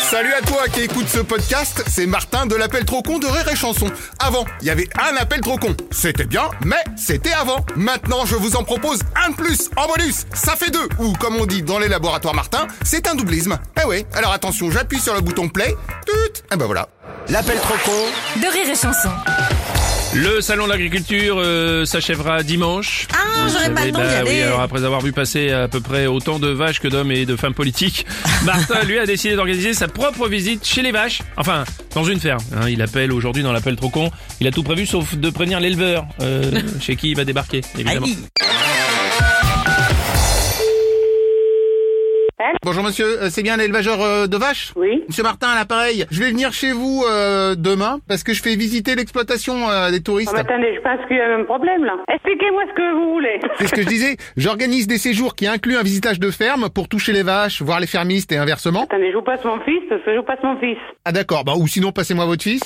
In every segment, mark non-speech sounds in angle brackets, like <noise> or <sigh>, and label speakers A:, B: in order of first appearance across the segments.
A: Salut à toi qui écoute ce podcast, c'est Martin de l'appel trop con de Rire et Chanson. Avant, il y avait un appel trop con. C'était bien, mais c'était avant. Maintenant, je vous en propose un de plus en bonus. Ça fait deux, ou comme on dit dans les laboratoires Martin, c'est un doublisme. Eh ouais, alors attention, j'appuie sur le bouton play. Tut Et ben voilà.
B: L'appel trop con
C: de rire et chanson.
D: Le salon de l'agriculture euh, s'achèvera dimanche.
C: Ah,
D: Vous
C: j'aurais pas
D: savez,
C: le temps d'y
D: bah oui,
C: aller.
D: alors après avoir vu passer à peu près autant de vaches que d'hommes et de
C: <laughs>
D: femmes politiques, Martin, lui, a décidé d'organiser sa propre visite chez les vaches. Enfin, dans une ferme. hein. il appelle aujourd'hui dans l'appel trop con. Il a tout prévu sauf de prévenir l'éleveur, euh,
C: <laughs>
D: chez qui il va débarquer, évidemment.
C: Aïe.
A: Bonjour monsieur, euh, c'est bien l'élevageur euh, de vaches
E: Oui.
A: Monsieur Martin à l'appareil, je vais venir chez vous euh, demain parce que je fais visiter l'exploitation euh, des touristes.
E: Ah, mais attendez, je pense qu'il y a un problème là. Expliquez-moi ce que vous voulez. <laughs>
A: C'est ce que je disais, j'organise des séjours qui incluent un visitage de ferme pour toucher les vaches, voir les fermistes et inversement.
E: attendez, je vous passe mon fils parce que je vous passe mon fils.
A: Ah d'accord, bah ou sinon passez-moi votre fils.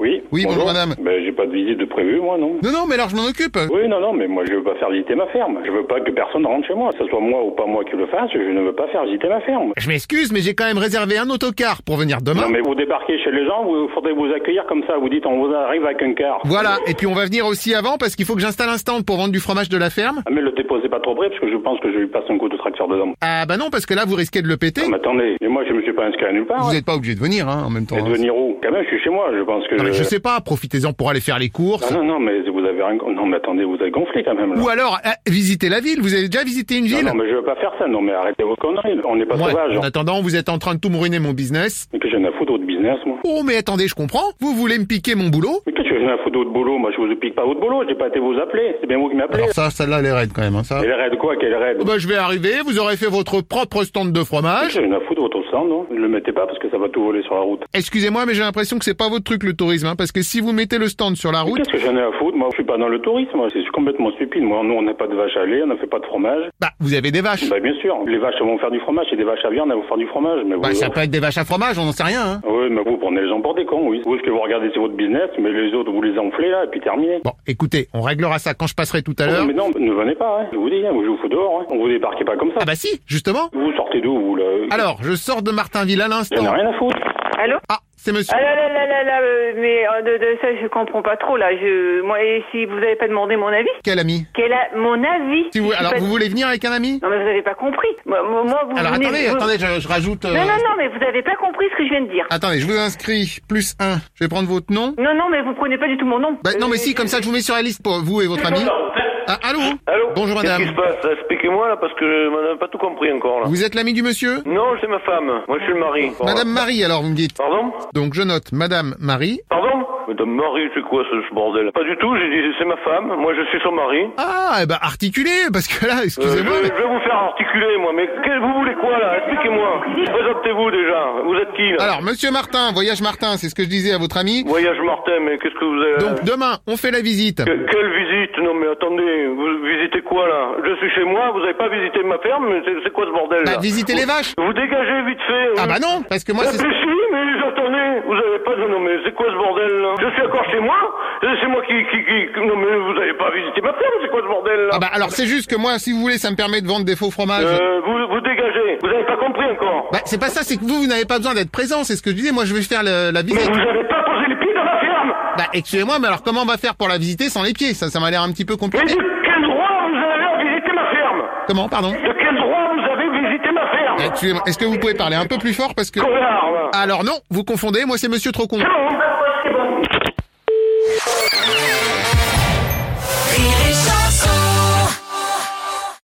F: Oui.
A: Oui, bonjour, madame.
F: Ben, j'ai pas de visite de prévu, moi, non.
A: Non non, mais alors je m'en occupe.
F: Oui, non, non, mais moi, je veux pas faire visiter ma ferme. Je veux pas que personne rentre chez moi. Que ce soit moi ou pas moi qui le fasse, je ne veux pas faire visiter ma ferme.
A: Je m'excuse, mais j'ai quand même réservé un autocar pour venir demain.
F: Non, mais vous débarquez chez les gens, vous faudrait vous accueillir comme ça. Vous dites, on vous arrive avec un quart.
A: Voilà, et puis on va venir aussi avant parce qu'il faut que j'installe un stand pour vendre du fromage de la ferme.
F: Ah, mais le déposez pas trop près, parce que je pense que je lui passe un coup de tracteur dedans.
A: Ah bah non, parce que là vous risquez de le péter.
F: Ah, mais attendez, mais moi, je me suis pas inscrit à nulle part.
A: Vous
F: hein.
A: n'êtes pas obligé de venir hein, en même temps.
F: Et de
A: hein.
F: venir où Quand même, je suis chez moi, je pense que...
A: Non, mais je sais pas, profitez-en pour aller faire les courses.
F: Ah, non, non, mais vous avez rien... Non, mais attendez, vous avez gonflé quand même, là.
A: Ou alors, ah, visitez la ville, vous avez déjà visité une
F: non,
A: ville
F: non, mais je veux pas faire ça. Non, mais arrêtez vos conneries. On n'est pas hein.
A: Ouais,
F: sauvages.
A: en attendant, vous êtes en train de tout mouriner mon business.
F: Mais que j'en ai à foutre de business, moi.
A: Oh mais attendez, je comprends, vous voulez me piquer mon boulot
F: Mais qu'est-ce que je viens à foutre d'autre boulot Moi, je vous pique pas votre boulot, j'ai pas été vous appeler. C'est bien vous qui m'appelez.
A: Alors ça, celle-là elle est raide quand même, hein, ça.
F: Elle raide quoi Quelle raide
A: Oh, bah je vais arriver, vous aurez fait votre propre stand de fromage.
F: J'ai rien à foutre de votre stand, non Ne le mettez pas parce que ça va tout voler sur la route.
A: Excusez-moi, mais j'ai l'impression que c'est pas votre truc le tourisme, hein, parce que si vous mettez le stand sur la route,
F: Qu'est-ce que j'en ai à foutre Moi, je suis pas dans le tourisme, moi. C'est complètement stupide. Moi, nous, on n'a pas de vaches à lait, on n'a fait pas de fromage.
A: bah vous avez des vaches.
F: Bah, bien sûr, les vaches elles vont faire du fromage et des vaches à viande elles vont faire du fromage. Mais
A: Bah
F: vous...
A: ça peut être des vaches à fromage, on n'en sait rien. Hein.
F: Oui, mais vous prenez les gens pour des cons, oui. Vous, ce que vous regardez, c'est votre business, mais les autres, vous les enflez, là, et puis terminé.
A: Bon, écoutez, on réglera ça quand je passerai tout à
F: Oh,
A: l'heure.
F: mais non, ne venez pas, hein. Je vous dis, hein, je vous fous dehors, hein. On vous débarquez pas comme ça.
A: Ah bah si, justement.
F: Vous sortez d'où, vous, là
A: Alors, je sors de Martinville à
F: J'en ai
A: l'instant.
F: rien à foutre.
E: Allô
A: Ah, c'est monsieur.
E: Ah là là là là là, euh, mais euh, de, de ça je comprends pas trop là. Je, moi, et si vous avez pas demandé mon avis,
A: Quel ami
E: quel est mon avis
A: si vous,
E: Je suis
A: Alors,
E: pas-
A: vous voulez venir avec un ami
E: Non mais vous avez pas compris. Moi, moi- moi, vous
A: Alors
E: venez-
A: attendez,
E: vous-
A: attendez, je, je rajoute... euh,
E: Non non non, mais vous avez pas compris ce que je viens de dire.
A: Attendez, je vous inscris, plus un. Je vais prendre votre nom.
E: Non non, mais vous prenez pas du tout mon nom.
A: Bah non mais si, comme ça je vous mets sur la liste pour vous et votre ami. Ah, allô
G: Allô
A: Bonjour madame.
G: Qu'est-ce qui se passe Expliquez-moi là parce que je n'ai pas tout compris encore là.
A: Vous êtes l'ami du monsieur
G: Non, c'est ma femme. Moi je suis le mari. Bon,
A: Madame Marie, alors vous me dites.
G: Pardon
A: Donc je note Madame Marie.
G: Pardon Madame Marie, c'est quoi ce ce bordel Pas du tout, j'ai dit c'est ma femme, moi je suis son mari.
A: Ah, eh ben articulé, parce que là,
G: Euh, je,
A: excusez-moi. mais-
G: je vais vous faire articuler moi, mais que- vous voulez quoi là Expliquez-moi. Présentez-vous déjà. Vous êtes qui là
A: Alors, Monsieur Martin, Voyage Martin, c'est ce que je disais à votre ami.
G: Voyage Martin, mais qu'est-ce que vous avez
A: Donc demain, on fait la visite.
G: euh, Que- Quelle visite Non mais attendez, vous visitez quoi là Je suis chez moi, vous avez pas visité ma ferme, mais c'est- c'est quoi ce bordel là
A: Bah, visiter les vaches.
G: Vous dégagez vite fait.
A: Ah
G: oui.
A: bah non, parce que moi
G: Ah,
A: c'est...
G: mais si, mais attendez, vous avez pas de... Non mais c'est quoi ce bordel là Je suis encore chez moi Et C'est moi qui, qui, qui- Non mais vous avez pas visité ma ferme, c'est quoi ce bordel là
A: Ah bah alors c'est juste que moi, si vous voulez, ça me permet de vendre des faux fromages.
G: euh, vous, vous dégagez, vous avez pas compris encore
A: Bah c'est pas ça, c'est que vous, vous n'avez pas besoin d'être présent, c'est ce que je disais. Moi je vais faire le- la
G: Mais
A: visite.
G: vous avez pas posé les pieds dans ma ferme
A: Bah excusez-moi, mais alors comment on va faire pour la visiter sans les pieds Ça, ça m'a l'air un petit peu
G: Mais
A: compliqué.
G: de quel droit vous avez à visiter ma ferme
A: Comment, pardon
G: De quel droit vous avez visité ma ferme
A: Excusez-moi, est-ce que vous pouvez parler un peu plus fort parce que...
G: Connard, là.
A: Alors non, vous confondez, moi c'est Monsieur Trocon.
G: C'est bon, hein